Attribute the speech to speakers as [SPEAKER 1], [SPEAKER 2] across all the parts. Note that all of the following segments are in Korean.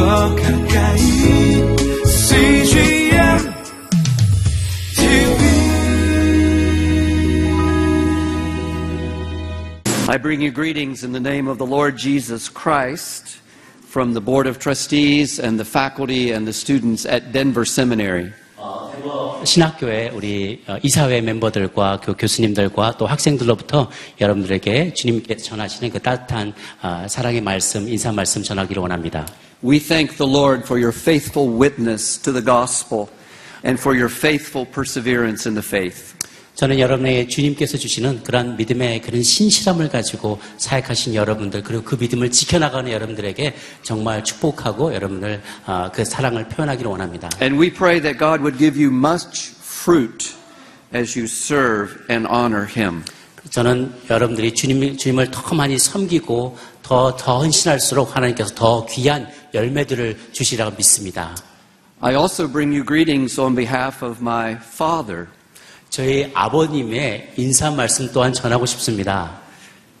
[SPEAKER 1] 가까이 CGM TV
[SPEAKER 2] I bring you greetings in the name of the Lord Jesus Christ from the Board of Trustees and the faculty and the students at Denver Seminary.
[SPEAKER 3] 신학교의 우리 어, 이사회 멤버들과 교, 교수님들과 또 학생들로부터 여러분들에게 주님께서 전하시는 그 따뜻한 아, 사랑의 말씀, 인사 말씀 전하기를 원합니다.
[SPEAKER 2] We thank the Lord for your faithful witness to the gospel and for your faithful perseverance in the faith.
[SPEAKER 3] 저는 여러분의 주님께서 주시는 그런 믿음의 그런 신실함을 가지고 사역하신 여러분들 그리고 그 믿음을 지켜나가는 여러분들에게 정말 축복하고 여러분들 아, 그 사랑을 표현하기를 원합니다.
[SPEAKER 2] And we pray that God would give you much fruit as you serve and honor Him.
[SPEAKER 3] 저는 여러분들이 주님, 주님을 더 많이 섬기고 더, 더 헌신할수록 하나님께서 더 귀한 열매들을 주시라고 믿습니다.
[SPEAKER 2] I also bring you greetings on behalf of my father.
[SPEAKER 3] 저희 아버님의 인사 말씀 또한 전하고 싶습니다.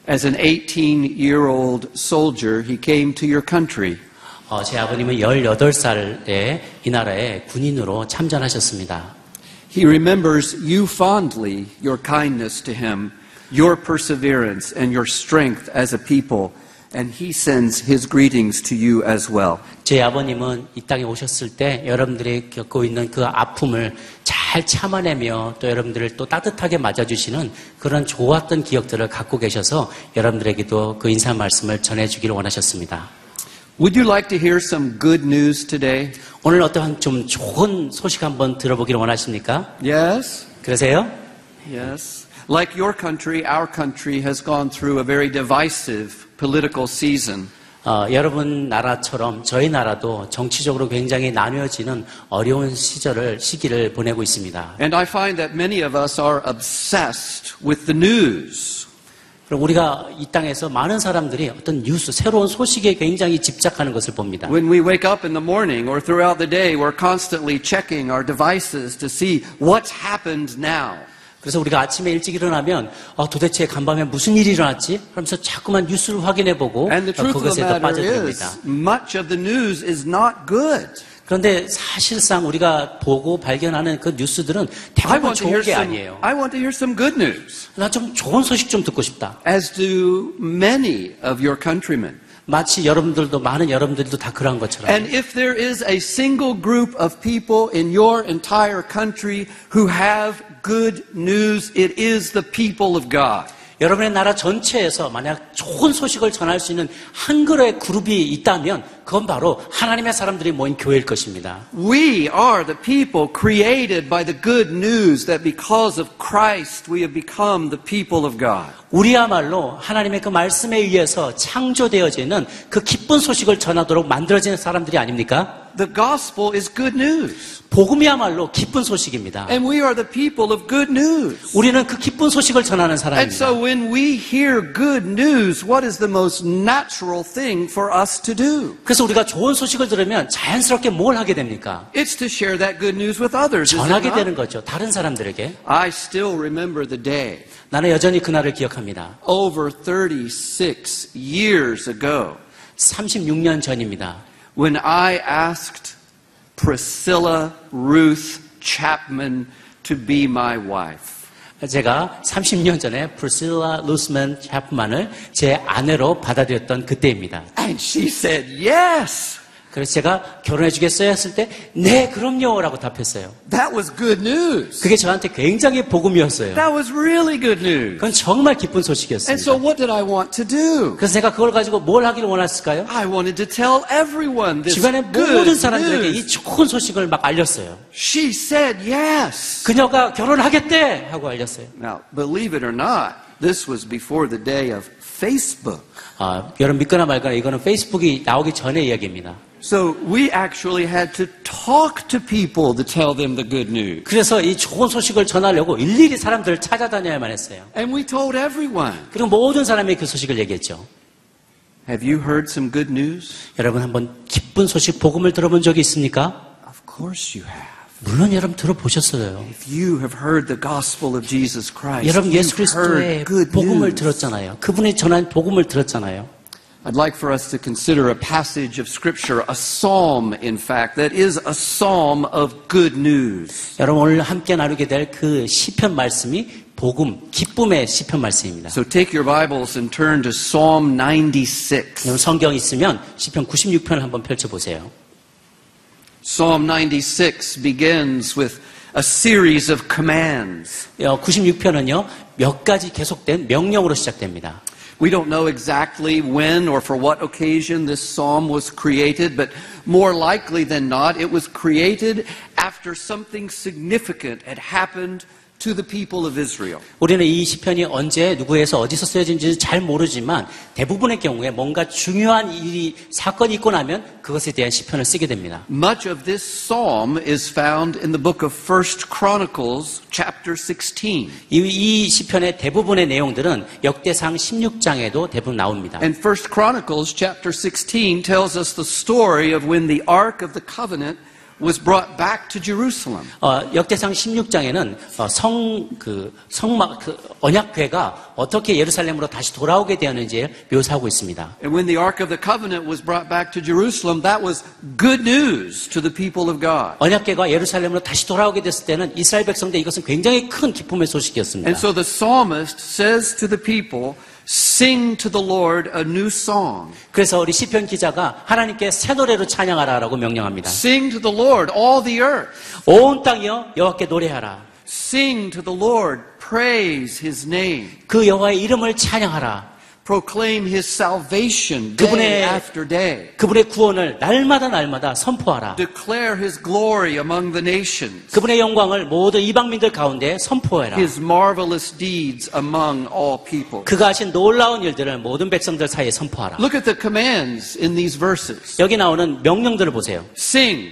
[SPEAKER 2] As an 18 year old soldier, he came to your country.
[SPEAKER 3] 어, 제 아버님은 18살에 이 나라에 군인으로 참전하셨습니다.
[SPEAKER 2] He remembers you fondly, your kindness to him, your perseverance, and your strength as a people, and he sends his greetings to you as well.
[SPEAKER 3] 제 아버님은 이 땅에 오셨을 때 여러분들이 겪고 있는 그 아픔을 잘 참아내며 또 여러분들을 또 따뜻하게 맞아주시는 그런 좋았던 기억들을 갖고 계셔서 여러분들에게도 그 인사 말씀을 전해주기를 원하셨습니다.
[SPEAKER 2] Would you like to hear some good news today?
[SPEAKER 3] 오늘 어떠한 좀 좋은 소식 한번 들어보기를 원하십니까?
[SPEAKER 2] Yes?
[SPEAKER 3] 그러세요?
[SPEAKER 2] Yes. Like your country, our country has gone through a very divisive political season.
[SPEAKER 3] 어, 여러분 나라처럼 저희 나라도 정치적으로 굉장히 나뉘어지는 어려운 시절을 시기를 보내고 있습니다.
[SPEAKER 2] And I find that many of us are obsessed with the news.
[SPEAKER 3] 그리고 우리가 이 땅에서 많은 사람들이 어떤 뉴스, 새로운 소식에 굉장히 집착하는 것을 봅니다.
[SPEAKER 2] When we wake up in the morning or throughout the day, we're constantly checking our devices to see what's happened now.
[SPEAKER 3] 그래서 우리가 아침에 일찍 일어나면 어, 도대체 간밤에 무슨 일이 일어났지? 하면서 자꾸만 뉴스를 확인해 보고
[SPEAKER 2] And the truth of
[SPEAKER 3] 그것에 더
[SPEAKER 2] the matter
[SPEAKER 3] 빠져듭니다.
[SPEAKER 2] is, much of the news is not good.
[SPEAKER 3] 그런데 사실상 우리가 보고 발견하는 그 뉴스들은
[SPEAKER 2] I
[SPEAKER 3] 대부분
[SPEAKER 2] want to hear
[SPEAKER 3] 좋은 게
[SPEAKER 2] some,
[SPEAKER 3] 아니에요.
[SPEAKER 2] I want to hear some good news,
[SPEAKER 3] 나 좀 좋은 소식 좀 듣고 싶다.
[SPEAKER 2] as do many of your countrymen.
[SPEAKER 3] 마치 여러분들도 많은 여러분들도 다 그러한 것처럼.
[SPEAKER 2] And if there is a single group of people in your entire country who have good news, it is the people of God.
[SPEAKER 3] 여러분의 나라 전체에서 만약 좋은 소식을 전할 수 있는 한 그루의 그룹이 있다면 그건 바로 하나님의 사람들이 모인 교회일 것입니다.
[SPEAKER 2] We are the people created by the good news that because of Christ we have become the people of God.
[SPEAKER 3] 우리야말로 하나님의 그 말씀에 의해서 창조되어지는 그 기쁜 소식을 전하도록 만들어지는 사람들이 아닙니까?
[SPEAKER 2] The gospel is good news,
[SPEAKER 3] 복음이야말로 기쁜 소식입니다.
[SPEAKER 2] and we are the people of good news.
[SPEAKER 3] 우리는 그 기쁜 소식을 전하는
[SPEAKER 2] And
[SPEAKER 3] 사람입니다.
[SPEAKER 2] so when we hear good news, what is the most natural thing for us to do?
[SPEAKER 3] 그래서 우리가 좋은 소식을 들으면 자연스럽게 뭘 하게 됩니까?
[SPEAKER 2] It's to share that good news with others. is it
[SPEAKER 3] 전하게
[SPEAKER 2] not?
[SPEAKER 3] 되는 거죠. 다른 사람들에게.
[SPEAKER 2] I still remember the day
[SPEAKER 3] 나는 여전히 그날을 기억합니다.
[SPEAKER 2] over 36 years ago
[SPEAKER 3] 36년 전입니다.
[SPEAKER 2] when I asked Priscilla Ruth Chapman to be my wife.
[SPEAKER 3] 제가 30년 전에 프리실라 루스맨 샤프만을 제 아내로 받아들였던 그때입니다.
[SPEAKER 2] And she said, Yes,
[SPEAKER 3] 그래서 제가 결혼해 주겠어요 했을 때, 네, 그럼요. 라고 답했어요.
[SPEAKER 2] that was good news.
[SPEAKER 3] 그게 저한테 굉장히 복음이었어요.
[SPEAKER 2] That was really good news.
[SPEAKER 3] 그건 정말 기쁜
[SPEAKER 2] And so,
[SPEAKER 3] 소식이었습니다.
[SPEAKER 2] what did I want to do?
[SPEAKER 3] 그래서 제가 그걸 가지고 뭘 하기를 원했을까요?
[SPEAKER 2] I wanted to tell everyone this
[SPEAKER 3] 주변의 모든
[SPEAKER 2] good
[SPEAKER 3] 사람들에게 이
[SPEAKER 2] news.
[SPEAKER 3] 좋은 소식을 막 알렸어요.
[SPEAKER 2] She said, Yes.
[SPEAKER 3] 그녀가 결혼하겠대! 하고 알렸어요.
[SPEAKER 2] Now, believe it or not, this was before the day of Facebook.
[SPEAKER 3] 아, 여러분 믿거나 말거나 이거는 페이스북이 나오기 전의 이야기입니다.
[SPEAKER 2] So we actually had to talk to people to tell them the good news.
[SPEAKER 3] 그래서 이 좋은 소식을 전하려고 일일이 사람들을 찾아다녀야만 했어요.
[SPEAKER 2] And we told everyone.
[SPEAKER 3] 그리고 모든 사람이 그 소식을 얘기했죠.
[SPEAKER 2] Have you heard some good news?
[SPEAKER 3] 여러분 한번 기쁜 소식 복음을 들어본 적이 있습니까?
[SPEAKER 2] Of course you have.
[SPEAKER 3] 물론 여러분 들어보셨어요.
[SPEAKER 2] If you have heard the gospel of Jesus Christ,
[SPEAKER 3] 여러분 예수
[SPEAKER 2] you've heard
[SPEAKER 3] 그리스도의
[SPEAKER 2] good
[SPEAKER 3] 복음을
[SPEAKER 2] news.
[SPEAKER 3] 들었잖아요. 그분이 전한 복음을 들었잖아요.
[SPEAKER 2] I'd like for us to consider a passage of Scripture, a psalm, in fact, that is a psalm of good news.
[SPEAKER 3] 여러분 오늘 함께 나누게 될 그 시편 말씀이 복음, 기쁨의 시편 말씀입니다.
[SPEAKER 2] So take your Bibles and turn to Psalm 96.
[SPEAKER 3] 여러분 성경 있으면 시편 96편을 한번 펼쳐 보세요.
[SPEAKER 2] Psalm 96 begins with a series of commands.
[SPEAKER 3] 어, 96편은요. 몇 가지 계속된 명령으로 시작됩니다.
[SPEAKER 2] We don't know exactly when or for what occasion this psalm was created, but more likely than not, it was created after something significant had happened to the people of Israel.
[SPEAKER 3] 우리는 이 시편이 언제 누구에서 어디서 쓰여진지 잘 모르지만 대부분의 경우에 뭔가 중요한 일이 사건이 있고 나면 그것에 대한 시편을 쓰게 됩니다.
[SPEAKER 2] Much of this psalm is found in the book of 1 Chronicles, chapter 16.
[SPEAKER 3] 이, 이 시편의 대부분의 내용들은 역대상 16장에도 대부분 나옵니다.
[SPEAKER 2] And 1 Chronicles, chapter 16, tells us the story of when the Ark of the Covenant was brought back to Jerusalem.
[SPEAKER 3] 어, 역대상 16장에는 어, 성, 그, 성막, 그, 언약궤가 어떻게 예루살렘으로 다시 돌아오게 되었는지를 묘사하고 있습니다.
[SPEAKER 2] And when the Ark of the Covenant was brought back to Jerusalem, that was good news to the people of God.
[SPEAKER 3] 언약궤가 예루살렘으로 다시 돌아오게 됐을 때는 이스라엘 백성들 이것은 굉장히 큰 기쁨의 소식이었습니다.
[SPEAKER 2] And so the psalmist says to the people, Sing to the Lord a new song.
[SPEAKER 3] 그래서 우리 시편 기자가 하나님께 새 노래로 찬양하라라고 명령합니다.
[SPEAKER 2] Sing to the Lord, all the earth.
[SPEAKER 3] 온 땅이여 여호와께 노래하라.
[SPEAKER 2] Sing to the Lord, praise his name.
[SPEAKER 3] 그 여호와의 이름을 찬양하라.
[SPEAKER 2] Proclaim his salvation day
[SPEAKER 3] 그분의-
[SPEAKER 2] after day.
[SPEAKER 3] 그분의 구원을 날마다 날마다 선포하라.
[SPEAKER 2] Declare his glory among the nations,
[SPEAKER 3] 그분의 영광을 모든 이방민들 가운데 선포해라.
[SPEAKER 2] his marvelous deeds among all people.
[SPEAKER 3] 그가 하신 놀라운 일들을 모든 백성들 사이에 선포하라.
[SPEAKER 2] Look at the commands in these verses.
[SPEAKER 3] 여기 나오는 명령들을 보세요.
[SPEAKER 2] Sing,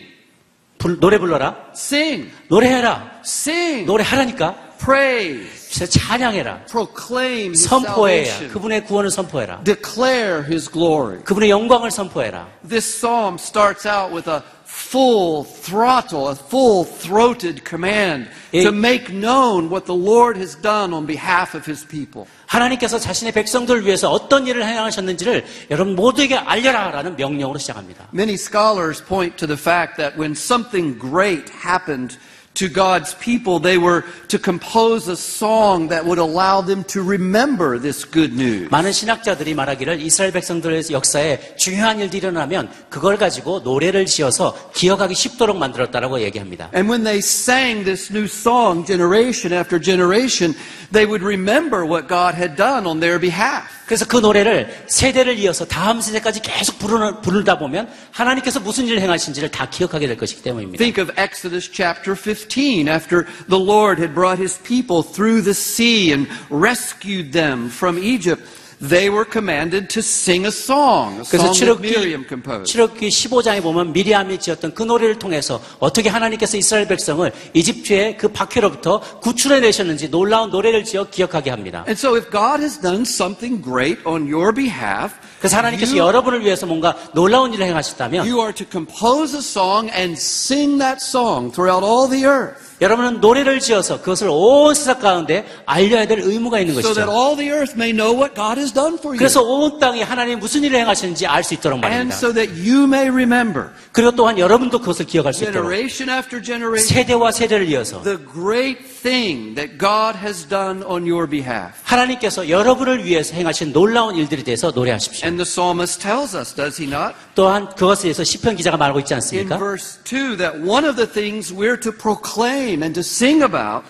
[SPEAKER 3] 불- 노래 불러라.
[SPEAKER 2] sing,
[SPEAKER 3] 노래해라.
[SPEAKER 2] sing,
[SPEAKER 3] 노래하라니까.
[SPEAKER 2] praise,
[SPEAKER 3] 진짜 찬양해라.
[SPEAKER 2] proclaim his
[SPEAKER 3] 선포해라.
[SPEAKER 2] salvation,
[SPEAKER 3] 그분의 구원을 선포해라.
[SPEAKER 2] declare his glory.
[SPEAKER 3] 그분의 영광을 선포해라.
[SPEAKER 2] This psalm starts out with a full throttle, a full throated command
[SPEAKER 3] 예.
[SPEAKER 2] to make known what the Lord has done on behalf of his people.
[SPEAKER 3] 하나님께서 자신의 백성들을 위해서 어떤 일을 행하셨는지를 여러분 모두에게 알려라라는 명령으로 시작합니다.
[SPEAKER 2] Many scholars point to the fact that when something great happened to God's people, they were to compose a song that would allow them to remember this good news.
[SPEAKER 3] 많은 신학자들이 말하기를 이스라엘 백성들의 역사에 중요한 일들이 일어나면 그걸 가지고 노래를 지어서 기억하기 쉽도록 만들었다라고 얘기합니다.
[SPEAKER 2] And when they sang this new song generation after generation, they would remember what God had done on their behalf.
[SPEAKER 3] 그래서 그 노래를 세대를 이어서 다음 세대까지 계속 부르는, 부르다 보면 하나님께서 무슨 일을 행하신지를 다 기억하게 될 것이기 때문입니다.
[SPEAKER 2] Think of Exodus chapter 15 after the Lord had brought his people through the sea and rescued them from Egypt. They were commanded to sing a song, a
[SPEAKER 3] 그래서
[SPEAKER 2] song that
[SPEAKER 3] 출애굽기
[SPEAKER 2] Miriam composed.
[SPEAKER 3] 15장에 보면 미리암이 지었던 그 노래를 통해서 어떻게 하나님께서 이스라엘 백성을 이집트의 그 박해로부터 구출해 내셨는지 놀라운 노래를 지어 기억하게 합니다.
[SPEAKER 2] And so if God has done something great on your behalf,
[SPEAKER 3] 그래서 하나님께서
[SPEAKER 2] you,
[SPEAKER 3] 여러분을 위해서 뭔가 놀라운 일을 행하셨다면
[SPEAKER 2] you are to compose a song and sing that song throughout all the earth
[SPEAKER 3] 여러분은 노래를 지어서 그것을 온 세상 가운데 알려야 될 의무가 있는
[SPEAKER 2] so that
[SPEAKER 3] 것이죠.
[SPEAKER 2] all the earth may know what God has done for you.
[SPEAKER 3] 그래서 온 땅에 하나님이 무슨 일을 행하시는지 알 수 있도록
[SPEAKER 2] And
[SPEAKER 3] 말입니다.
[SPEAKER 2] so that you may remember
[SPEAKER 3] 그리고 또한 여러분도 그것을 기억할 수 있도록
[SPEAKER 2] generation after generation
[SPEAKER 3] 세대와 세대를 이어서
[SPEAKER 2] the great thing that God has done on your behalf.
[SPEAKER 3] 하나님께서 여러분을 위해서 행하신 놀라운 일들에 대해서 노래하십시오.
[SPEAKER 2] And the psalmist tells us, does he not,
[SPEAKER 3] 또한 그것에 대해서 시편 기자가 말하고 있지
[SPEAKER 2] in
[SPEAKER 3] 않습니까?
[SPEAKER 2] verse 2, that one of the things we're to proclaim and to sing about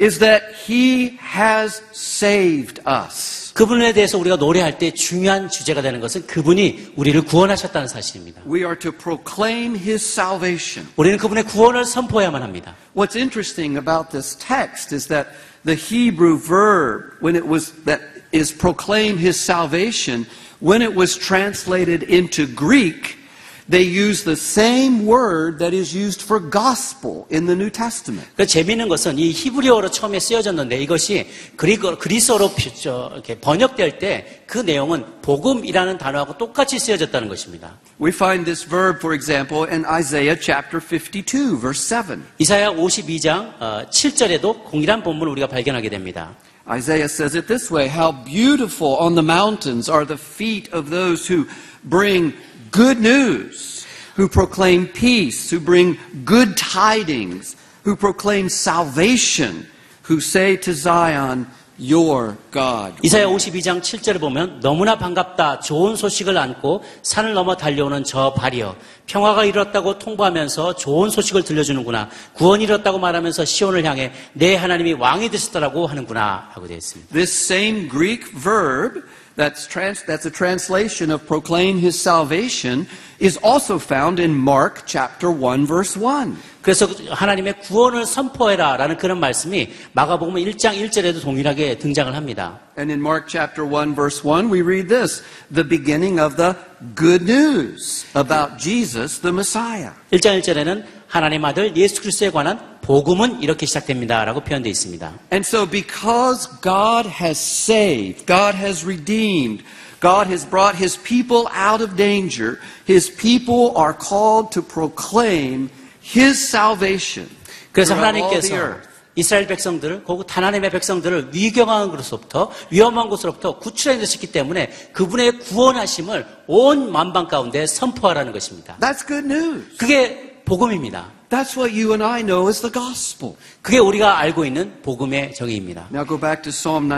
[SPEAKER 2] is that he has saved us.
[SPEAKER 3] 그분에 대해서 우리가 노래할 때 중요한 주제가 되는 것은 그분이 우리를 구원하셨다는 사실입니다.
[SPEAKER 2] We are to proclaim his salvation.
[SPEAKER 3] 우리는 그분의 구원을 선포해야만 합니다.
[SPEAKER 2] What's interesting about this text is that the Hebrew verb, when it was, that is proclaim his salvation, when it was translated into Greek, they use the same word that is used for gospel in the New Testament.
[SPEAKER 3] 그 재미있는 것은 이 히브리어로 처음에 쓰여졌는데 이것이 그리고 그리스어로 피- 저, 이렇게 번역될 때 그 내용은 복음이라는 단어하고 똑같이 쓰여졌다는 것입니다.
[SPEAKER 2] We find this verb, for example, in Isaiah chapter 52, verse 7.
[SPEAKER 3] 어, 이사야 52장 7절에도 공일한 본문을 우리가 발견하게 됩니다.
[SPEAKER 2] Isaiah says it this way How beautiful on the mountains are the feet of those who bring good news, who proclaim peace, who bring good tidings, who proclaim salvation, who say to Zion, Your God.
[SPEAKER 3] 이사야 52장 7절을 보면 너무나 반갑다 좋은 소식을 안고 산을 넘어 달려오는 저 발이여 평화가 이뤘다고 통보하면서 좋은 소식을 들려주는구나 구원이 이뤘다고 말하면서 시온을 향해 내 하나님이 왕이 되셨다라고 하는구나 하고 되어 있습니다.
[SPEAKER 2] This same Greek verb, that's, trans- that's a translation of proclaim his salvation, is also found in Mark chapter 1, verse 1.
[SPEAKER 3] 그래서 하나님의 구원을 선포해라라는 그런 말씀이 마가복음 1장 1절에도 동일하게 등장을 합니다.
[SPEAKER 2] And in Mark chapter 1, verse 1, we read this the beginning of the good news about Jesus, the Messiah.
[SPEAKER 3] 1장 1절에는 하나님 아들 예수 그리스도에 관한 복음은 이렇게 시작됩니다라고 표현되어 있습니다.
[SPEAKER 2] And so, because God has saved, God has redeemed, God has brought his people out of danger, his people are called to proclaim his salvation.
[SPEAKER 3] 그래서
[SPEAKER 2] throughout all the
[SPEAKER 3] 하나님께서
[SPEAKER 2] earth.
[SPEAKER 3] 이스라엘 백성들을 곧하나님의 백성들을 위경한 곳으로부터 위험한 곳으로부터 구출해 내셨기 때문에 그분의 구원하심을 온 만방 가운데 선포하라는 것입니다.
[SPEAKER 2] That's good news.
[SPEAKER 3] 그게 복음입니다.
[SPEAKER 2] That's what you and I know is the gospel.
[SPEAKER 3] 그게 우리가 알고 있는 복음의 정의입니다.
[SPEAKER 2] Now go back to Psalm 96.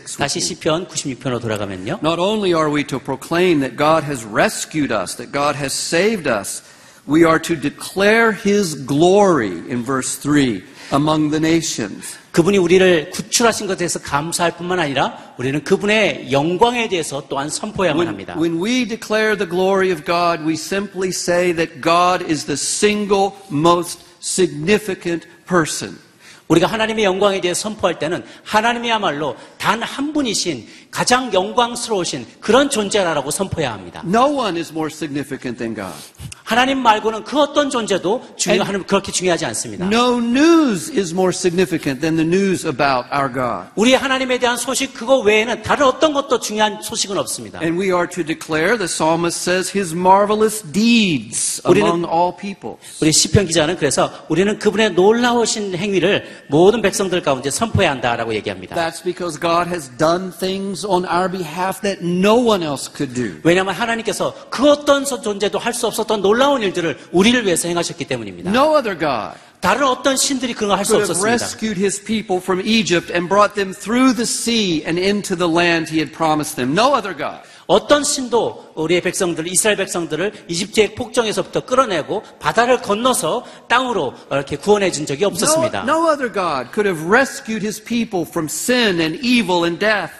[SPEAKER 2] with
[SPEAKER 3] 다시
[SPEAKER 2] me.
[SPEAKER 3] 시편 96편으로 돌아가면요.
[SPEAKER 2] Not only are we to proclaim that God has rescued us, that God has saved us, we are to declare his glory in verse 3 among the nations.
[SPEAKER 3] 그분이 우리를 구출하신 것에 대해서 감사할 뿐만 아니라 우리는 그분의 영광에 대해서 또한 선포해야만
[SPEAKER 2] When,
[SPEAKER 3] 합니다.
[SPEAKER 2] when we declare the glory of God, we simply say that God is the single most significant person.
[SPEAKER 3] 우리가 하나님의 영광에 대해 선포할 때는 하나님이야말로 단 한 분이신 가장 영광스러우신 그런 존재라고 선포해야 합니다.
[SPEAKER 2] No one is more significant than God.
[SPEAKER 3] 하나님 말고는 그 어떤 존재도 중요, 하나님 그렇게 중요하지 않습니다.
[SPEAKER 2] No news is more significant than the news about our God.
[SPEAKER 3] 우리 하나님에 대한 소식 그거 외에는 다른 어떤 것도 중요한 소식은 없습니다.
[SPEAKER 2] And we are to declare, the psalmist says, his marvelous deeds among all people.
[SPEAKER 3] 우리 시편 기자는 그래서 우리는 그분의 놀라우신 행위를 모든 백성들 가운데 선포해야 한다라고 얘기합니다.
[SPEAKER 2] That's because God has done things on our behalf that no one else could do.
[SPEAKER 3] 왜냐하면 하나님께서 그 어떤 존재도 할 수 없었던 놀라운 일들을 우리를 위해서 행하셨기 때문입니다.
[SPEAKER 2] No other God
[SPEAKER 3] 다른 어떤 신들이 그런 걸 할 수
[SPEAKER 2] could have
[SPEAKER 3] 없었습니다.
[SPEAKER 2] rescued his people from Egypt and brought them through the sea and into the land he had promised them. No other God.
[SPEAKER 3] 어떤 신도 우리의 백성들, 이스라엘 백성들을 이집트의 폭정에서부터 끌어내고 바다를 건너서 땅으로 이렇게 구원해 준 적이
[SPEAKER 2] No,
[SPEAKER 3] 없었습니다.
[SPEAKER 2] no other God could have rescued his people from sin and evil and death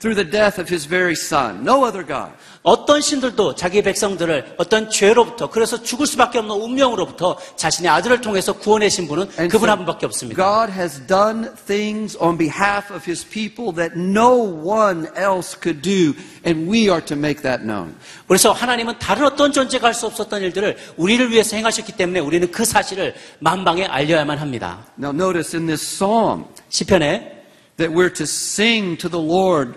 [SPEAKER 2] through the death of his very son. No other God.
[SPEAKER 3] 어떤 신들도 자기 백성들을 어떤 죄로부터 그래서 죽을 수밖에 없는 운명으로부터 자신의 아들을 통해서 구원해신 분은
[SPEAKER 2] And
[SPEAKER 3] 그분
[SPEAKER 2] so
[SPEAKER 3] 한 분밖에 없습니다.
[SPEAKER 2] God has done things on behalf of his people that no one else could do, and we are to make that known.
[SPEAKER 3] 그래서 하나님은 다른 어떤 존재가 할 수 없었던 일들을 우리를 위해서 행하셨기 때문에 우리는 그 사실을 만방에 알려야만 합니다.
[SPEAKER 2] Now, notice in this psalm
[SPEAKER 3] 시편에
[SPEAKER 2] that we're to sing to the Lord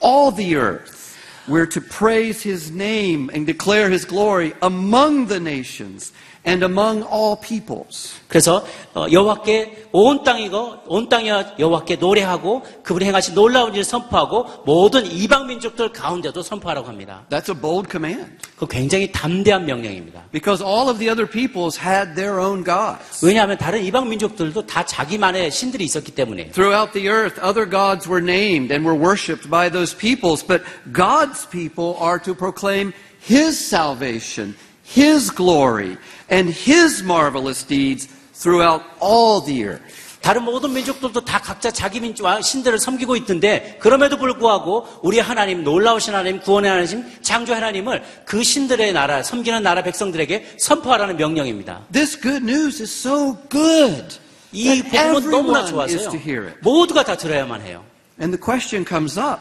[SPEAKER 2] all the earth. We're to praise his name and declare his glory among the nations and among all peoples.
[SPEAKER 3] 그래서 어, 여호와께 온 땅이고 온 땅이 여호와께 노래하고 그분이 행하신 놀라운 일을 선포하고 모든 이방 민족들 가운데도 선포하라고 합니다.
[SPEAKER 2] That's a bold command
[SPEAKER 3] 그 굉장히 담대한 명령입니다.
[SPEAKER 2] because all of the other peoples had their own gods.
[SPEAKER 3] 왜냐하면 다른 이방 민족들도 다 자기만의 신들이 있었기 때문에
[SPEAKER 2] Throughout the earth, other gods were named and were worshipped by those peoples, but God's people are to proclaim His salvation, His glory, and His marvelous deeds throughout all the earth.
[SPEAKER 3] 다른 모든 민족들도 다 각자 자기 민족 아, 신들을 섬기고 있던데 그럼에도 불구하고 우리 하나님 놀라우신 하나님 구원의 하나님 창조의 하나님을 그 신들의 나라 섬기는 나라 백성들에게 선포하라는 명령입니다.
[SPEAKER 2] This good news is so good.
[SPEAKER 3] 이
[SPEAKER 2] that
[SPEAKER 3] 복음은
[SPEAKER 2] everyone
[SPEAKER 3] 너무나
[SPEAKER 2] is
[SPEAKER 3] 좋아서요.
[SPEAKER 2] to hear it.
[SPEAKER 3] 모두가 다 들어야만 해요.
[SPEAKER 2] And the question comes up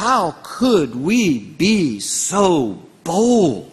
[SPEAKER 2] how could we be so bold?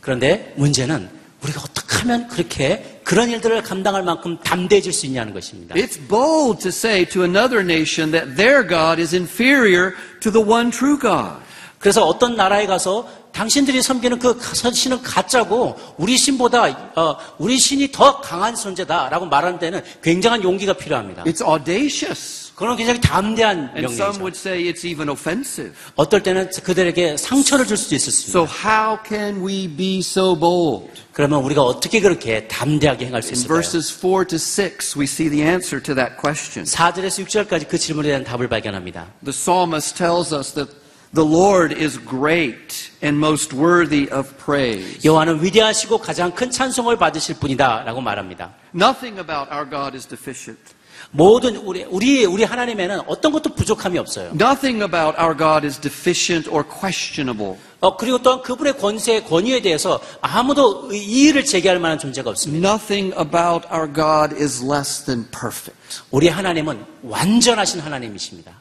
[SPEAKER 3] 그런데 문제는 우리가 어떻게 하면 그렇게 그런 일들을 감당할 만큼 담대해질 수 있냐는 것입니다.
[SPEAKER 2] It's bold to say to another nation that their God is inferior to the one true God.
[SPEAKER 3] 그래서 어떤 나라에 가서 당신들이 섬기는 그 가- 신은 가짜고 우리 신보다 어, 우리 신이 더 강한 존재다라고 말하는 데는 굉장한 용기가 필요합니다.
[SPEAKER 2] It's audacious.
[SPEAKER 3] 그런 굉장히 담대한
[SPEAKER 2] 예? And some
[SPEAKER 3] 명령이죠.
[SPEAKER 2] would say it's even offensive.
[SPEAKER 3] 어떨 때는 그들에게 상처를 줄 수도 있었습니다.
[SPEAKER 2] So, how can we be so bold?
[SPEAKER 3] 그러면 우리가 어떻게 그렇게 담대하게 행할 수
[SPEAKER 2] In
[SPEAKER 3] 있을까요?
[SPEAKER 2] verses 4 to 6, we see the answer to that question.
[SPEAKER 3] 4절에서 6절까지 그 질문에 대한 답을 발견합니다.
[SPEAKER 2] The psalmist tells us that the Lord is great and most worthy of praise.
[SPEAKER 3] 여호와는 위대하시고 가장 큰 찬송을 받으실 분이다라고 말합니다.
[SPEAKER 2] Nothing about our God is deficient.
[SPEAKER 3] 모든 우리 우리 우리 하나님에는 어떤 것도 부족함이 없어요.
[SPEAKER 2] Nothing about our God is deficient or questionable.
[SPEAKER 3] 어, 그리고 또한 그분의 권세 권위에 대해서 아무도 의- 이의를 제기할 만한 존재가 없습니다.
[SPEAKER 2] Nothing about our God is less than perfect.
[SPEAKER 3] 우리 하나님은 완전하신 하나님이십니다.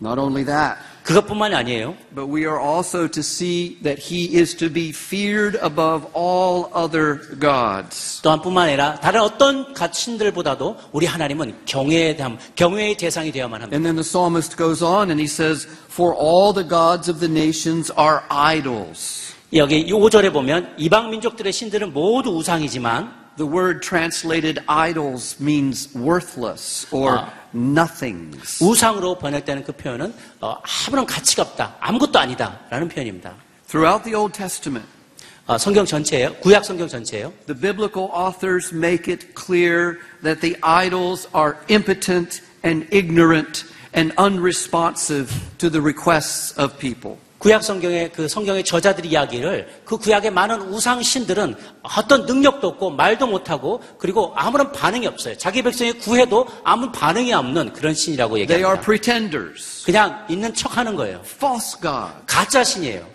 [SPEAKER 2] Not only that,
[SPEAKER 3] 그것뿐만이 아니에요.
[SPEAKER 2] but we are also to see that he is to be feared above all other gods.
[SPEAKER 3] 또한뿐만 아니라 다른 어떤 가- 신들보다도 우리 하나님은 경외에 대한 경외의 대상이 되어야만 합니다.
[SPEAKER 2] And then the psalmist goes on and he says, For all the gods of the nations are idols.
[SPEAKER 3] 여기 이 5절에 보면 이방 민족들의 신들은 모두 우상이지만
[SPEAKER 2] The word translated idols means worthless or
[SPEAKER 3] Ah.
[SPEAKER 2] nothings.
[SPEAKER 3] 우상으로 번역되는 그 표현은 어, 아무런 가치가 없다. 아무것도 아니다라는 표현입니다.
[SPEAKER 2] Throughout the Old Testament,
[SPEAKER 3] 어, 성경 전체예요. 구약 성경 전체예요.
[SPEAKER 2] The biblical authors make it clear that the idols are impotent and ignorant and unresponsive to the requests of people.
[SPEAKER 3] 구약 성경의 그 성경의 저자들이 이야기를 그 구약의 많은 우상 신들은 어떤 능력도 없고 말도 못하고 그리고 아무런 반응이 없어요. 자기 백성이 구해도 아무 반응이 없는 그런 신이라고
[SPEAKER 2] They are
[SPEAKER 3] 얘기합니다.
[SPEAKER 2] pretenders,
[SPEAKER 3] 그냥 있는 척하는 거예요.
[SPEAKER 2] false gods.
[SPEAKER 3] 가짜 신이에요.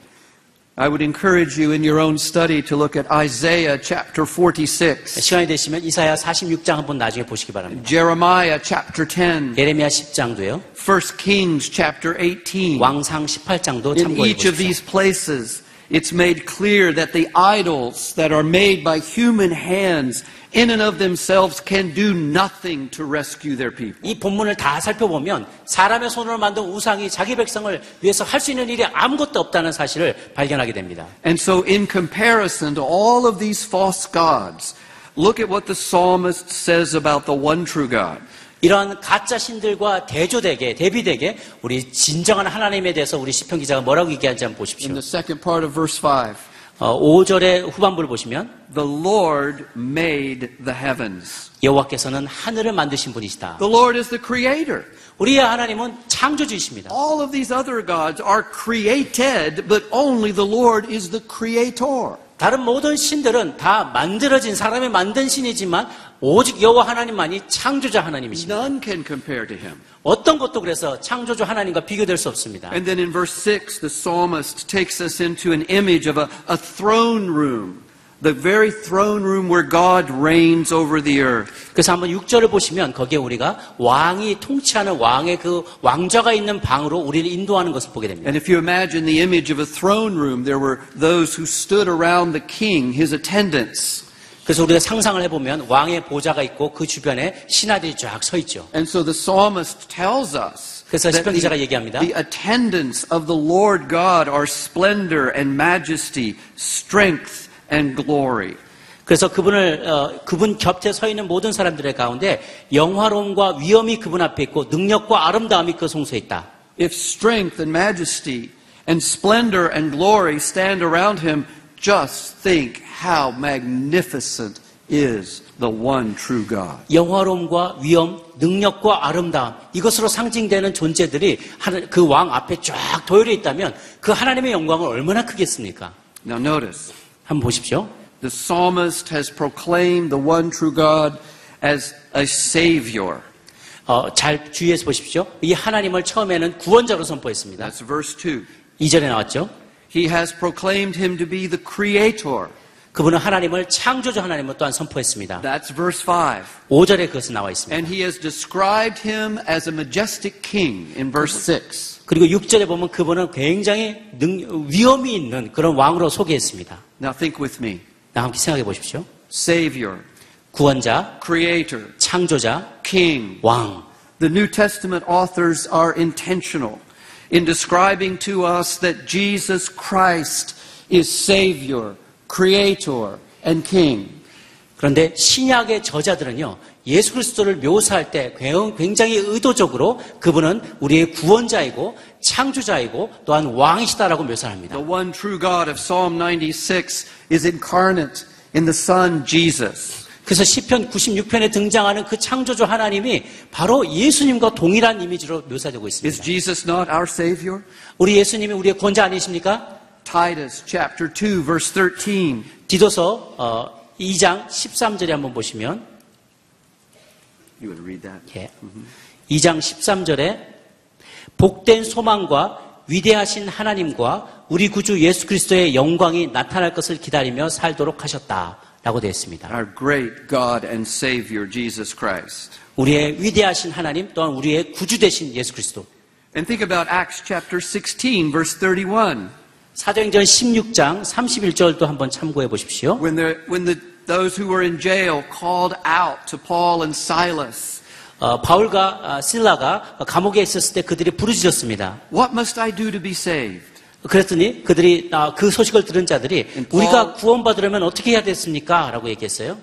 [SPEAKER 2] I would encourage you in your own study to look at Isaiah chapter 46,
[SPEAKER 3] 시간이 되시면 이사야 46장 한번 나중에 보시기 바랍니다.
[SPEAKER 2] Jeremiah chapter 10,
[SPEAKER 3] 예레미야 10장도요.
[SPEAKER 2] 1 Kings chapter 18.
[SPEAKER 3] 왕상 18장도
[SPEAKER 2] In
[SPEAKER 3] 참고해
[SPEAKER 2] each of
[SPEAKER 3] 보십시오.
[SPEAKER 2] these places, it's made clear that the idols that are made by human hands in and of themselves can do nothing to rescue their people.
[SPEAKER 3] 이 본문을 다 살펴보면 사람의 손으로 만든 우상이 자기 백성을 위해서 할 수 있는 일이 아무것도 없다는 사실을 발견하게 됩니다.
[SPEAKER 2] And so, in comparison to all of these false gods, look at what the psalmist says about the one true God.
[SPEAKER 3] 이러한 가짜 신들과 대조되게 대비되게 우리 진정한 하나님에 대해서 우리 시편 기자가 뭐라고 얘기하는지 한번
[SPEAKER 2] In
[SPEAKER 3] 보십시오.
[SPEAKER 2] the second part of verse 5,
[SPEAKER 3] 어, 5절의 후반부를 보시면
[SPEAKER 2] the Lord made the heavens.
[SPEAKER 3] 여호와께서는 하늘을 만드신 분이시다.
[SPEAKER 2] The Lord is the creator.
[SPEAKER 3] 우리의 하나님은 창조주이십니다.
[SPEAKER 2] All of these other gods are created, but only the Lord is the creator.
[SPEAKER 3] 다른 모든 신들은 다 만들어진 사람이 만든 신이지만 오직 여호와 하나님만이 창조자 하나님이십니다.
[SPEAKER 2] None can compare to him.
[SPEAKER 3] 어떤 것도 그래서 창조주 하나님과 비교될 수 없습니다.
[SPEAKER 2] And then in verse 6, the psalmist takes us into an image of a, a throne room, the very throne room where God reigns over the earth.
[SPEAKER 3] 그래서 한번 6절을 보시면 거기에 우리가 왕이 통치하는 왕의 그 왕좌가 있는 방으로 우리를 인도하는 것을 보게 됩니다.
[SPEAKER 2] And if you imagine the image of a throne room, there were those who stood around the king, his attendants.
[SPEAKER 3] 그래서 우리가 상상을 해보면 왕의 보좌가 있고 그 주변에 신하들이 쫙 서 있죠.
[SPEAKER 2] And so the psalmist tells us
[SPEAKER 3] 그래서
[SPEAKER 2] that
[SPEAKER 3] 시편 기자가
[SPEAKER 2] the,
[SPEAKER 3] 얘기합니다.
[SPEAKER 2] the attendants of the Lord God are splendor and majesty, strength and glory.
[SPEAKER 3] 그래서 그분을 어, 그분 곁에 서 있는 모든 사람들의 가운데 영화로움과 위엄이 그분 앞에 있고 능력과 아름다움이 그 성소에 있다.
[SPEAKER 2] If strength and majesty and splendor and glory stand around him, just think how magnificent is the one true God.
[SPEAKER 3] 영화로움과 위엄, 능력과 아름다움 이것으로 상징되는 존재들이 그 왕 앞에 쫙 도열해 있다면 그 하나님의 영광은 얼마나 크겠습니까?
[SPEAKER 2] Now, notice,
[SPEAKER 3] 한번 보십시오.
[SPEAKER 2] the psalmist has proclaimed the one true God as a savior.
[SPEAKER 3] 어, 잘 주의해서 보십시오. 이 하나님을 처음에는 구원자로 선포했습니다.
[SPEAKER 2] That's verse 2.
[SPEAKER 3] 2절에 나왔죠.
[SPEAKER 2] He has proclaimed him to be the creator.
[SPEAKER 3] 그분은 하나님을 창조주 하나님을 또한 선포했습니다.
[SPEAKER 2] That's verse 5.
[SPEAKER 3] 5절에 그것은 나와 있습니다.
[SPEAKER 2] And he has described him as a majestic king in verse 6.
[SPEAKER 3] 그리고 6절에 보면 그분은 굉장히 능, 위험이 있는 그런 왕으로 소개했습니다.
[SPEAKER 2] Now, think with me
[SPEAKER 3] 나 함께 생각해 보십시오.
[SPEAKER 2] Savior,
[SPEAKER 3] 구원자,
[SPEAKER 2] creator,
[SPEAKER 3] 창조자,
[SPEAKER 2] king.
[SPEAKER 3] 왕.
[SPEAKER 2] The New Testament authors are intentional in describing to us that Jesus Christ is Savior, Creator, and King.
[SPEAKER 3] 그런데 신약의 저자들은요, 예수 그리스도를 묘사할 때 굉- 굉장히 의도적으로 그분은 우리의 구원자이고 창조자이고 또한 왕이시다라고 묘사합니다.
[SPEAKER 2] The one true God of Psalm 96 is incarnate in the Son Jesus.
[SPEAKER 3] 그래서 시편 96편에 등장하는 그 창조주 하나님이 바로 예수님과 동일한 이미지로 묘사되고
[SPEAKER 2] Is
[SPEAKER 3] 있습니다.
[SPEAKER 2] Jesus not our Savior?
[SPEAKER 3] 우리 예수님이 우리의 권자 아니십니까?
[SPEAKER 2] Titus chapter 2 verse 13.
[SPEAKER 3] 디도서 어, 2장 13절에 한번 보시면
[SPEAKER 2] You would read that.
[SPEAKER 3] 예. 2장 13절에 복된 소망과 위대하신 하나님과 우리 구주 예수 그리스도의 영광이 나타날 것을 기다리며 살도록 하셨다라고 되어 있습니다.
[SPEAKER 2] Our great God and Savior Jesus Christ.
[SPEAKER 3] 우리의 위대하신 하나님 또한 우리의 구주 되신 예수 그리스도.
[SPEAKER 2] And think about Acts chapter 16 verse 31.
[SPEAKER 3] 사도행전 16장 31절도 한번 참고해 보십시오.
[SPEAKER 2] When the when the those who were in jail called out to Paul and Silas,
[SPEAKER 3] 어, 바울과 아, 실라가 감옥에 있었을 때 그들이 부르짖었습니다.
[SPEAKER 2] "What must I do to be saved?"
[SPEAKER 3] 그랬더니 그들이 아, 그 소식을 들은 자들이
[SPEAKER 2] Paul-
[SPEAKER 3] 우리가 구원받으려면 어떻게 해야 됐습니까? 라고 얘기했어요.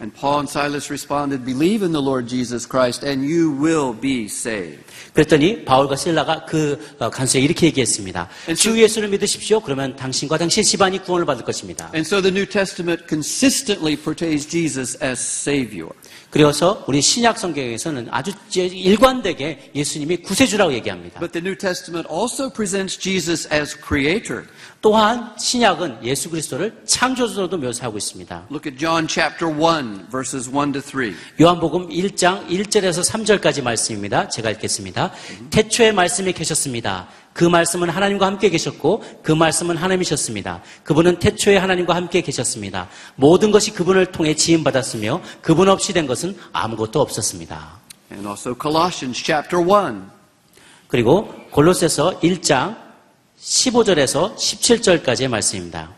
[SPEAKER 2] And Paul and Silas responded, "Believe in the Lord Jesus Christ and you will be saved."
[SPEAKER 3] 그랬더니 바울과 실라가 그 어, 간수에 이렇게 얘기했습니다. 주 예수를 믿으십시오. 그러면 당신과 당신 집안이 구원을 받을 것입니다.
[SPEAKER 2] And so the New Testament consistently portrays Jesus as Savior.
[SPEAKER 3] 그래서 우리 신약 성경에서는 아주 제- 일관되게 예수님이 구세주라고 얘기합니다.
[SPEAKER 2] But the New Testament also presents Jesus as Creator.
[SPEAKER 3] 또한 신약은 예수 그리스도를 창조주로도 묘사하고 있습니다.
[SPEAKER 2] Look at John chapter 1, verses 1 to 3.
[SPEAKER 3] 요한복음 1장 1절에서 3절까지 말씀입니다. 제가 읽겠습니다. 태초에 말씀이 계셨습니다. 그 말씀은 하나님과 함께 계셨고 그 말씀은 하나님이셨습니다. 그분은 태초에 하나님과 함께 계셨습니다. 모든 것이 그분을 통해 지음 받았으며 그분 없이 된 것은 아무것도 없었습니다.
[SPEAKER 2] And also Colossians chapter 1.
[SPEAKER 3] 그리고 골로새서 1장 15절에서 17절까지의 말씀입니다.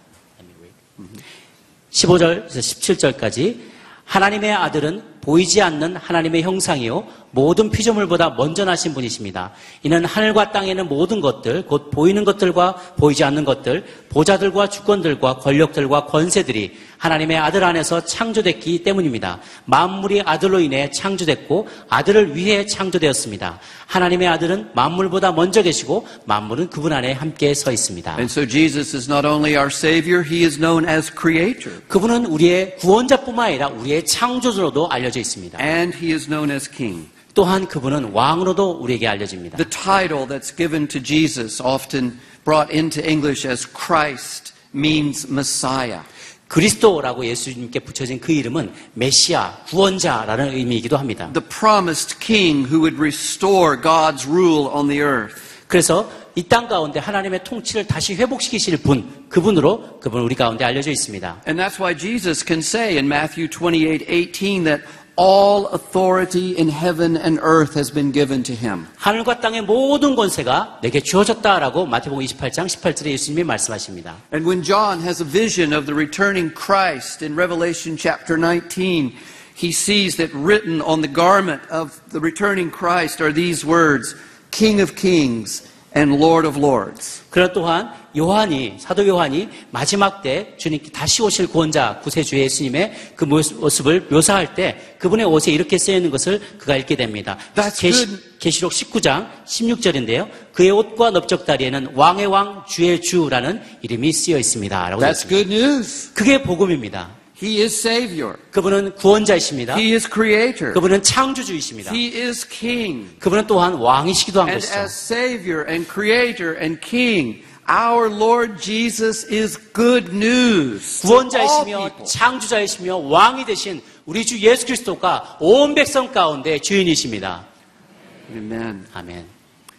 [SPEAKER 3] 15절에서 17절까지 하나님의 아들은 보이지 않는 하나님의 형상이요 모든 피조물보다 먼저 나신 분이십니다. 이는 하늘과 땅에는 모든 것들 곧 보이는 것들과 보이지 않는 것들 보좌들과 주권들과 권력들과 권세들이 하나님의 아들 안에서 창조됐기 때문입니다. 만물이 아들로 인해 창조됐고 아들을 위해 창조되었습니다. 하나님의 아들은 만물보다 먼저 계시고 만물은 그분 안에 함께 서 있습니다.
[SPEAKER 2] And so Jesus is not only our Savior, He is known as Creator.
[SPEAKER 3] 그분은 우리의 구원자뿐만 아니라 우리의 창조주로도 알려져 있습니다.
[SPEAKER 2] And He is known as King.
[SPEAKER 3] 또한 그분은 왕으로도 우리에게 알려집니다.
[SPEAKER 2] The title that's given to Jesus, often brought into English as Christ, means Messiah.
[SPEAKER 3] 그리스도라고 예수님께 붙여진 그 이름은 메시아, 구원자라는 의미이기도 합니다.
[SPEAKER 2] The promised King who would restore God's rule on the earth.
[SPEAKER 3] 그래서 이 땅 가운데 하나님의 통치를 다시 회복시키실 분, 그분으로 그분 우리 가운데 알려져 있습니다.
[SPEAKER 2] And that's why Jesus can say in Matthew 28 18 that all authority in heaven and earth has been given to him.
[SPEAKER 3] 하늘과 땅의 모든 권세가 내게 주어졌다라고 마태복음 28장 18절에 예수님이 말씀하십니다.
[SPEAKER 2] And when John has a vision of the returning Christ in Revelation chapter 19, he sees that written on the garment of the returning Christ are these words King of kings and Lord of lords.
[SPEAKER 3] 그러 또한 요한이 사도 요한이 마지막 때 주님께 다시 오실 구원자 구세주 예수님의 그 모습- 모습을 묘사할 때 그분의 옷에 이렇게 쓰여 있는 것을 그가 읽게 됩니다.
[SPEAKER 2] That's
[SPEAKER 3] 계시-
[SPEAKER 2] good.
[SPEAKER 3] 계시록 19장 16절인데요. 그의 옷과 넓적다리에는 왕의 왕 주의 주라는 이름이 쓰여 있습니다라고 되어
[SPEAKER 2] That's
[SPEAKER 3] 있습니다.
[SPEAKER 2] good news.
[SPEAKER 3] 그게 복음입니다.
[SPEAKER 2] He is Savior,
[SPEAKER 3] 그분은 구원자이십니다.
[SPEAKER 2] He is Creator,
[SPEAKER 3] 그분은 창조주이십니다.
[SPEAKER 2] He is King.
[SPEAKER 3] 그분은 또한 왕이시기도 한
[SPEAKER 2] And
[SPEAKER 3] 것이죠.
[SPEAKER 2] as Savior and Creator and King, our Lord Jesus is good news. to all
[SPEAKER 3] 구원자이시며
[SPEAKER 2] people.
[SPEAKER 3] 창조자이시며 왕이 되신 우리 주 예수 그리스도가 온 백성 가운데 주인이십니다.
[SPEAKER 2] Amen.
[SPEAKER 3] 아멘.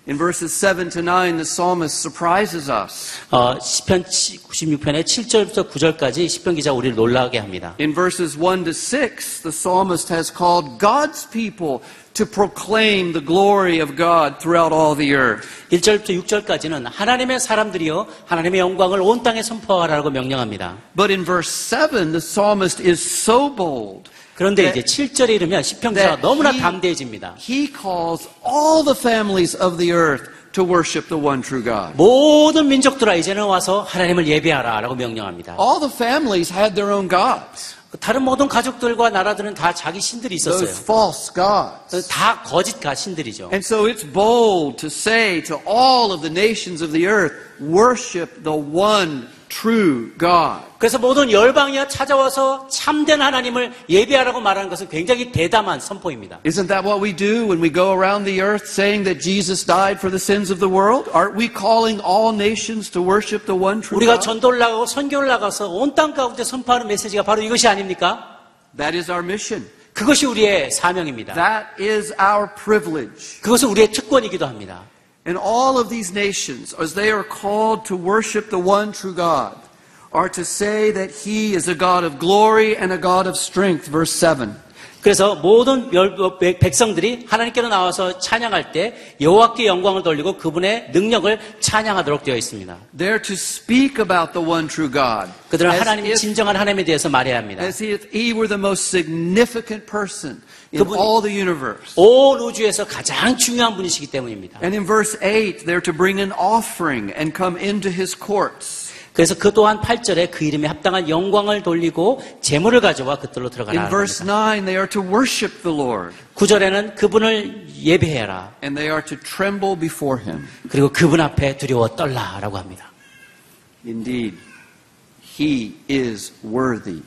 [SPEAKER 2] In verses 7 to 9, the psalmist surprises us.
[SPEAKER 3] 어, 시편 96편의 7절부터 9절까지 시편 기자 우리를 놀라게 합니다.
[SPEAKER 2] In verses 1 to 6, the psalmist has called God's people to proclaim the glory of God throughout all the earth.
[SPEAKER 3] 1절부터 6절까지는 하나님의 사람들이여 하나님의 영광을 온 땅에 선포하라고 명령합니다.
[SPEAKER 2] But in verse 7, the psalmist is so bold
[SPEAKER 3] 그런데 이제 7절에 이르면 시편 기자가
[SPEAKER 2] that
[SPEAKER 3] 너무나
[SPEAKER 2] he-
[SPEAKER 3] 담대해집니다.
[SPEAKER 2] he calls all the families of the earth to worship the one true God.
[SPEAKER 3] 모든 민족들아 이제는 와서 하나님을 예배하라라고 명령합니다.
[SPEAKER 2] All the families had their own gods,
[SPEAKER 3] 다른 모든 가족들과 나라들은 다 자기 신들이 있었어요.
[SPEAKER 2] those false gods.
[SPEAKER 3] 다 거짓가 신들이죠.
[SPEAKER 2] And so it's bold to say to all of the nations of the earth, worship the one true God.
[SPEAKER 3] 그래서 모든 열방이야 찾아와서 참된 하나님을 예배하라고 말하는 것은 굉장히 대담한 선포입니다.
[SPEAKER 2] Isn't that what we do when we go around the earth saying that Jesus died for the sins of the world? Aren't we calling all nations to worship the one true
[SPEAKER 3] 우리가
[SPEAKER 2] God?
[SPEAKER 3] 전도를 나가고 선교를 나가서 온 땅 가운데 선포하는 메시지가 바로 이것이 아닙니까?
[SPEAKER 2] That is our mission.
[SPEAKER 3] 그것이 우리의 사명입니다.
[SPEAKER 2] That is our privilege.
[SPEAKER 3] 그것은 우리의 특권이기도 합니다.
[SPEAKER 2] And all of these nations, as they are called to worship the one true God, are to say that He is a God of glory and a God of strength. Verse 7.
[SPEAKER 3] 그래서 모든 열- 백- 백성들이 하나님께로 나와서 찬양할 때 여호와께 영광을 돌리고 그분의 능력을 찬양하도록 되어 있습니다.
[SPEAKER 2] They're to speak about the one true God
[SPEAKER 3] 그들은
[SPEAKER 2] as
[SPEAKER 3] 하나님
[SPEAKER 2] if-
[SPEAKER 3] 진정한 하나님에 대해서 말해야 합니다.
[SPEAKER 2] as if He were the most significant person in
[SPEAKER 3] 그분이-
[SPEAKER 2] all the universe.
[SPEAKER 3] 온 우주에서 가장 중요한 분이시기 때문입니다.
[SPEAKER 2] And in verse 8, they're to bring an offering and come into his courts.
[SPEAKER 3] 그래서 그 또한 8절에 그 이름에 합당한 영광을 돌리고 재물을 가져와 그들로
[SPEAKER 2] In
[SPEAKER 3] 들어가라.
[SPEAKER 2] verse 9, they are to worship the Lord
[SPEAKER 3] 9절에는 그분을 예배해라.
[SPEAKER 2] and they are to tremble before him.
[SPEAKER 3] 그리고 그분 앞에 두려워 떨라라고 합니다.
[SPEAKER 2] Indeed, he is worthy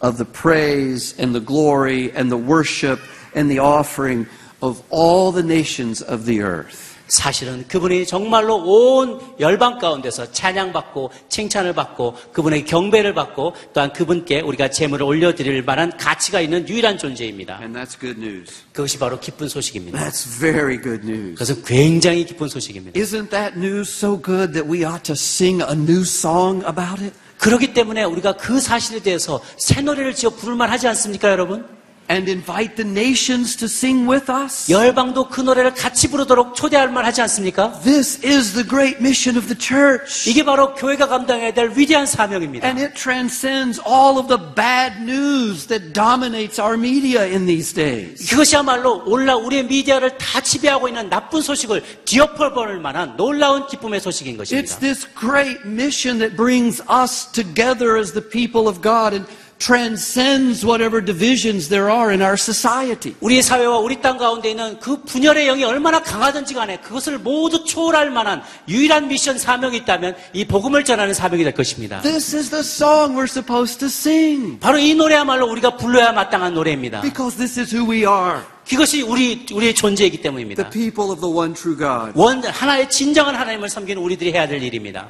[SPEAKER 2] of the praise and the glory and the worship and the offering of all the nations of the earth.
[SPEAKER 3] 사실은 그분이 정말로 온 열방 가운데서 찬양받고 칭찬을 받고 그분의 경배를 받고 또한 그분께 우리가 재물을 올려드릴 만한 가치가 있는 유일한 존재입니다.
[SPEAKER 2] And that's good news.
[SPEAKER 3] 그것이 바로 기쁜 소식입니다.
[SPEAKER 2] That's very good news.
[SPEAKER 3] 그것은 굉장히 기쁜 소식입니다.
[SPEAKER 2] Isn't that news so good that we ought to sing a new song about it?
[SPEAKER 3] 그렇기 때문에 우리가 그 사실에 대해서 새 노래를 지어 부를만 하지 않습니까, 여러분?
[SPEAKER 2] and invite the nations to sing with us?
[SPEAKER 3] 열방도 그 노래를 같이 부르도록 초대할 만 하지 않습니까?
[SPEAKER 2] This is the great mission of the church.
[SPEAKER 3] 이게 바로 교회가 감당해야 될 위대한 사명입니다.
[SPEAKER 2] And it transcends all of the bad news that dominates our media in these days.
[SPEAKER 3] 그것이야말로 올라 우리의 미디어를 다 지배하고 있는 나쁜 소식을 뒤엎어버릴 만한 놀라운 기쁨의 소식인
[SPEAKER 2] It's
[SPEAKER 3] 것입니다.
[SPEAKER 2] this great mission that brings us together as the people of God and transcends whatever divisions there are in our society.
[SPEAKER 3] 우리 사회와 우리 땅 가운데 있는 그 분열의 영이 얼마나 강하든지 간에 그것을 모두 초월할 만한 유일한 미션 사명이 있다면 이 복음을 전하는 사명이 될 것입니다.
[SPEAKER 2] This is the song we're supposed to sing
[SPEAKER 3] 바로 이 노래야말로 우리가 불러야 마땅한 노래입니다.
[SPEAKER 2] because this is who we are
[SPEAKER 3] 그것이 우리, 우리의 존재이기
[SPEAKER 2] the
[SPEAKER 3] 때문입니다.
[SPEAKER 2] people of the one true God.
[SPEAKER 3] 원, 하나의 진정한 하나님을 섬기는 우리들이 해야 될 일입니다.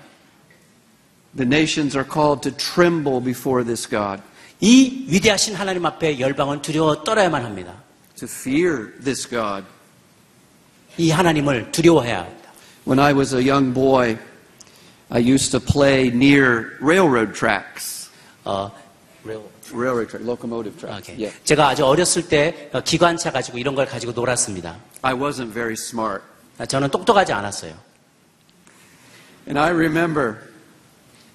[SPEAKER 2] The nations are called to tremble before this God.
[SPEAKER 3] 이 위대하신 하나님 앞에 열방은 두려워 떨어야만 합니다.
[SPEAKER 2] to fear this God.
[SPEAKER 3] 이 하나님을 두려워해야 합니다.
[SPEAKER 2] When I was a young boy, I used to play near railroad tracks.
[SPEAKER 3] 어,
[SPEAKER 2] Railroad track, locomotive tracks.
[SPEAKER 3] 오케이.
[SPEAKER 2] Yeah.
[SPEAKER 3] 제가 아주 어렸을 때 어, 기관차 가지고 이런 걸 가지고 놀았습니다.
[SPEAKER 2] I wasn't very smart.
[SPEAKER 3] 저는 똑똑하지 않았어요.
[SPEAKER 2] And I remember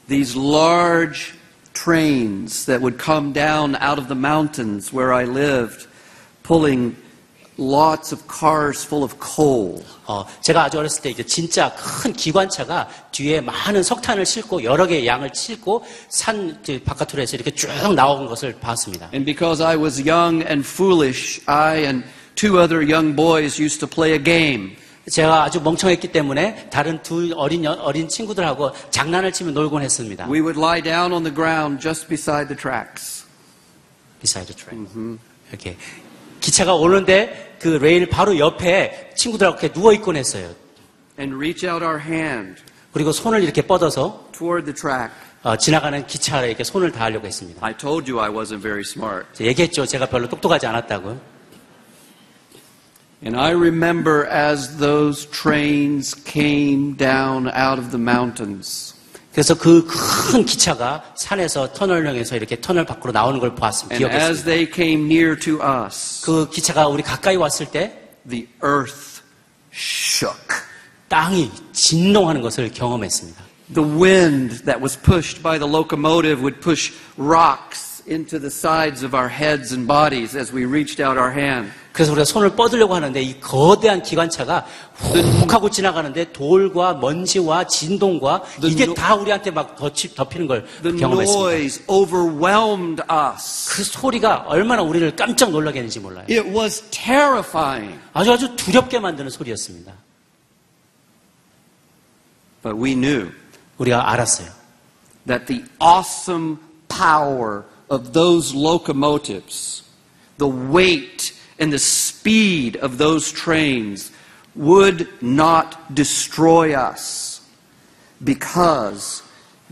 [SPEAKER 2] these large trains that would come down out of the mountains where I lived, pulling lots of cars full of coal.
[SPEAKER 3] 어, 제가 아주 어렸을 때 이제 진짜 큰 기관차가 뒤에 많은 석탄을 싣고 여러 개의 양을 싣고 산저 바깥으로 해서 이렇게 쭉 나온 것을 봤습니다.
[SPEAKER 2] And because I was young and foolish, I and two other young boys used to play a game.
[SPEAKER 3] 제가 아주 멍청했기 때문에 다른 두 어린, 여- 어린 친구들하고 장난을 치며 놀곤 했습니다.
[SPEAKER 2] We would lie down on the ground just beside the tracks.
[SPEAKER 3] beside the train. 이렇게 기차가 오는데 그 레일 바로 옆에 친구들하고 이렇게 누워 있곤 했어요.
[SPEAKER 2] and reach out our hand
[SPEAKER 3] 그리고 손을 이렇게 뻗어서
[SPEAKER 2] toward the track.
[SPEAKER 3] 어, 지나가는 기차에 이렇게 손을 닿으려고 했습니다.
[SPEAKER 2] I told you I wasn't very smart.
[SPEAKER 3] 제가 얘기했죠. 제가 별로 똑똑하지 않았다고.
[SPEAKER 2] And I remember as those trains came down out of the mountains
[SPEAKER 3] 그래서 그 큰 기차가 산에서 터널형에서 이렇게 터널 밖으로 나오는 걸 보았습니다.
[SPEAKER 2] and as
[SPEAKER 3] 기억했습니다.
[SPEAKER 2] they came near to us,
[SPEAKER 3] 그 기차가 우리 가까이 왔을 때
[SPEAKER 2] the earth shook.
[SPEAKER 3] 땅이 진동하는 것을 경험했습니다.
[SPEAKER 2] The wind that was pushed by the locomotive would push rocks into the sides of our heads and bodies as we reached out our hand.
[SPEAKER 3] 그래서 우리가 손을 뻗으려고 하는데 이 거대한 기관차가 훅 하고 지나가는데 돌과 먼지와 진동과
[SPEAKER 2] The
[SPEAKER 3] 이게
[SPEAKER 2] no-
[SPEAKER 3] 다 우리한테 막 덮치, 덮이는 걸그
[SPEAKER 2] The
[SPEAKER 3] 경험했습니다.
[SPEAKER 2] noise overwhelmed us.
[SPEAKER 3] 그 소리가 얼마나 우리를 깜짝 놀라게 했는지 몰라요.
[SPEAKER 2] It was terrifying.
[SPEAKER 3] 아주 아주 두렵게 만드는 소리였습니다.
[SPEAKER 2] But we knew
[SPEAKER 3] 우리가 알았어요.
[SPEAKER 2] that the awesome power of those locomotives, the weight and the speed of those trains would not destroy us because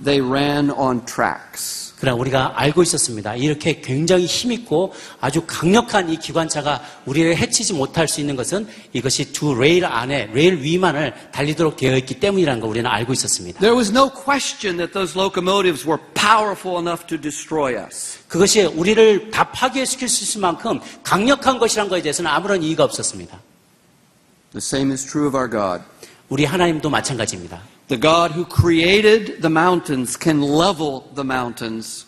[SPEAKER 2] they ran on tracks.
[SPEAKER 3] 그러나 우리가 알고 있었습니다. 이렇게 굉장히 힘있고 아주 강력한 이 기관차가 우리를 해치지 못할 수 있는 것은 이것이 두 레일 안에, 레일 위만을 달리도록 되어 있기 때문이라는 걸 우리는 알고 있었습니다.
[SPEAKER 2] There was no question that those locomotives were powerful enough to destroy us.
[SPEAKER 3] 그것이 우리를 다 파괴시킬 수 있을 만큼 강력한 것이란 것에 대해서는 아무런 이의가 없었습니다.
[SPEAKER 2] The same is true of our God.
[SPEAKER 3] 우리 하나님도 마찬가지입니다.
[SPEAKER 2] The God who created the mountains can level the mountains.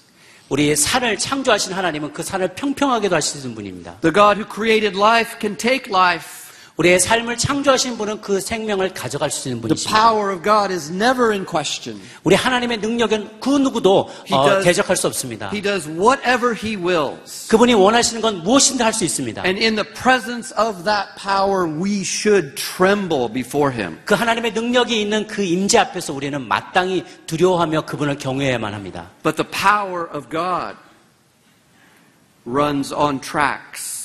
[SPEAKER 3] 우리 산을 창조하신 하나님은 그 산을 평평하게도 하시는 분입니다.
[SPEAKER 2] The God who created life can take life.
[SPEAKER 3] 우리의 삶을 창조하신 분은 그 생명을 가져갈 수 있는
[SPEAKER 2] The
[SPEAKER 3] 분이십니다.
[SPEAKER 2] power of God is never in question.
[SPEAKER 3] 우리 하나님의 능력은 그 누구도
[SPEAKER 2] He
[SPEAKER 3] 어,
[SPEAKER 2] does-
[SPEAKER 3] 대적할 수 없습니다.
[SPEAKER 2] He does whatever He wills.
[SPEAKER 3] 그분이 원하시는 건 무엇인지 할 수 있습니다.
[SPEAKER 2] And in the presence of that power, we should tremble before Him.
[SPEAKER 3] 그 하나님의 능력이 있는 그 임재 앞에서 우리는 마땅히 두려워하며 그분을 경외해야만 합니다.
[SPEAKER 2] But the power of God runs on tracks.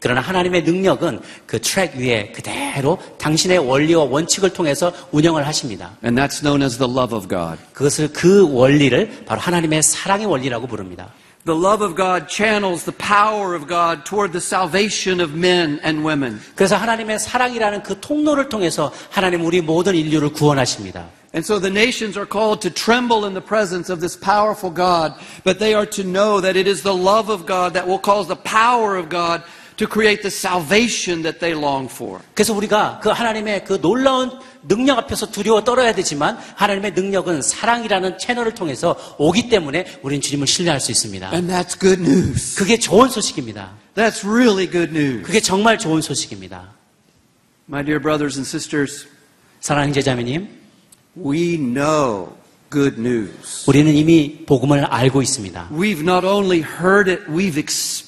[SPEAKER 3] 그러나 하나님의 능력은 그 트랙 위에 그대로 당신의 원리와 원칙을 통해서 운영을 하십니다.
[SPEAKER 2] And that's known as the love of God.
[SPEAKER 3] 그것을 그 원리를 바로 하나님의 사랑의 원리라고 부릅니다.
[SPEAKER 2] The love of God channels the power of God toward the salvation of men and women.
[SPEAKER 3] 그래서 하나님의 사랑이라는 그 통로를 통해서 하나님 우리 모든 인류를 구원하십니다.
[SPEAKER 2] And so the nations are called to tremble in the presence of this powerful God, but they are to know that it is the love of God that will cause the power of God to create the salvation that they long for.
[SPEAKER 3] 그래서 우리가 그 하나님의 그 놀라운 능력 앞에서 두려워 떨어야 되지만 하나님의 능력은 사랑이라는 채널을 통해서 오기 때문에 우리는 주님을 신뢰할 수 있습니다.
[SPEAKER 2] And that's good news.
[SPEAKER 3] 그게 좋은 소식입니다.
[SPEAKER 2] That's really good news.
[SPEAKER 3] 그게 정말 좋은 소식입니다.
[SPEAKER 2] My dear brothers and sisters,
[SPEAKER 3] 사랑하는 제자매님,
[SPEAKER 2] we know good news.
[SPEAKER 3] 우리는 이미 복음을 알고 있습니다.
[SPEAKER 2] We've not only heard it, we've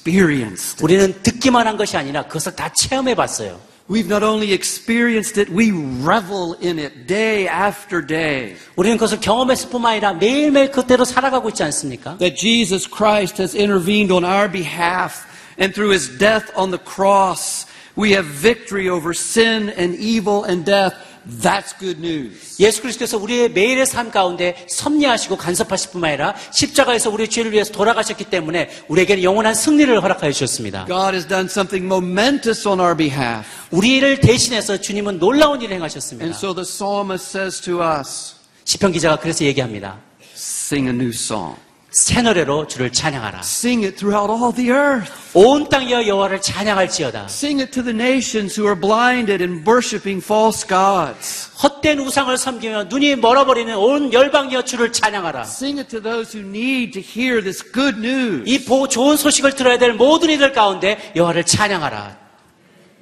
[SPEAKER 2] experienced it.
[SPEAKER 3] 우리는 듣기만 한 것이 아니라 그것을 다 체험해 봤어요.
[SPEAKER 2] We've not only experienced it, we revel in it day after day.
[SPEAKER 3] 우리는 그것을 경험했을 뿐만 아니라 매일매일 그대로 살아가고 있지 않습니까?
[SPEAKER 2] that Jesus Christ has intervened on our behalf, and through his death on the cross, we have victory over sin and evil and death. That's good news.
[SPEAKER 3] 예수 그리스도께서 우리의 매일의 삶 가운데 섭리하시고 간섭하실 뿐만 아니라 십자가에서 우리의 죄를 위해서 돌아가셨기 때문에 우리에게는 영원한 승리를 허락하여 주셨습니다.
[SPEAKER 2] God has done something momentous on our behalf.
[SPEAKER 3] 우리를 대신해서 주님은 놀라운 일을
[SPEAKER 2] And
[SPEAKER 3] 행하셨습니다.
[SPEAKER 2] so the psalmist says to us,
[SPEAKER 3] 시편 기자가 그래서 얘기합니다.
[SPEAKER 2] Sing a new song.
[SPEAKER 3] 새 노래로 주를 찬양하라.
[SPEAKER 2] Sing it throughout all the earth.
[SPEAKER 3] 온 땅이여 여호와를 찬양할지어다.
[SPEAKER 2] Sing it to the nations who are blinded and worshiping false gods.
[SPEAKER 3] 헛된 우상을 섬기며 눈이 멀어버리는 온 열방이여 주를 찬양하라.
[SPEAKER 2] Sing it to those who need to hear this good news.
[SPEAKER 3] 이 보- 좋은 소식을 들어야 될 모든 이들 가운데 여호와를 찬양하라.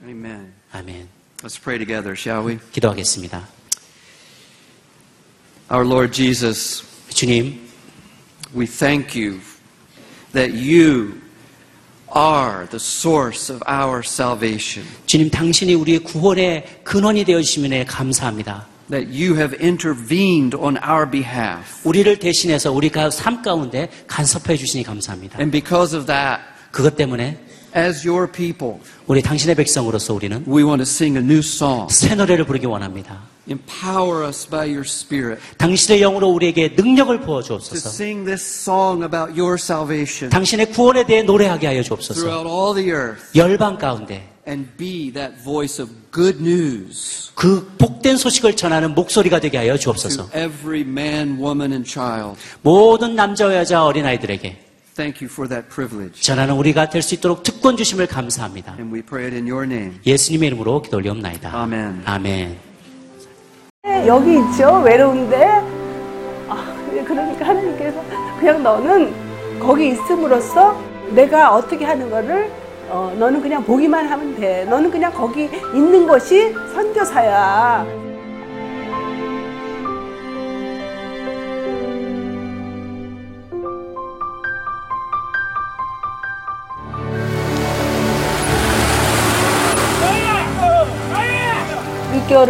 [SPEAKER 2] Amen.
[SPEAKER 3] 아멘.
[SPEAKER 2] Let's pray together, shall we?
[SPEAKER 3] 기도하겠습니다.
[SPEAKER 2] Our Lord Jesus,
[SPEAKER 3] 주님,
[SPEAKER 2] we thank you that you are the source of our salvation,
[SPEAKER 3] 주님 당신이 우리의 구원의 근원이 되어 주심에 감사합니다.
[SPEAKER 2] that you have intervened on our behalf.
[SPEAKER 3] 우리를 대신해서 우리가 삶 가운데 간섭해 주시니 감사합니다.
[SPEAKER 2] And because of that,
[SPEAKER 3] 그것 때문에
[SPEAKER 2] as your people,
[SPEAKER 3] 우리 당신의 백성으로서 우리는
[SPEAKER 2] we want to sing a new song.
[SPEAKER 3] 새 노래를 부르기 원합니다.
[SPEAKER 2] Empower us by your Spirit
[SPEAKER 3] 당신의 영으로 우리에게 능력을 부어
[SPEAKER 2] to
[SPEAKER 3] 주옵소서.
[SPEAKER 2] sing this song about your salvation
[SPEAKER 3] 당신의 구원에 대해 노래하게 하여 주옵소서.
[SPEAKER 2] throughout all the earth
[SPEAKER 3] 열방 가운데
[SPEAKER 2] and be that voice of good news
[SPEAKER 3] 그 복된 소식을 전하는 목소리가 되게 하여
[SPEAKER 2] to
[SPEAKER 3] 주옵소서.
[SPEAKER 2] every man, woman, and child.
[SPEAKER 3] 모든 남자와 여자 어린아이들에게
[SPEAKER 2] Thank you for that privilege.
[SPEAKER 3] 전하는 우리가 될 수 있도록 특권 주심을 감사합니다.
[SPEAKER 2] And we pray it in your name.
[SPEAKER 3] 예수님의 이름으로 기도 올리옵나이다.
[SPEAKER 2] 아멘.
[SPEAKER 3] 아멘.
[SPEAKER 1] 네, 여기 있죠 외로운데 아, 그러니까 하나님께서 그냥 너는 거기 있음으로써 내가 어떻게 하는 거를 어, 너는 그냥 보기만 하면 돼. 너는 그냥 거기 있는 것이 선교사야. 육개월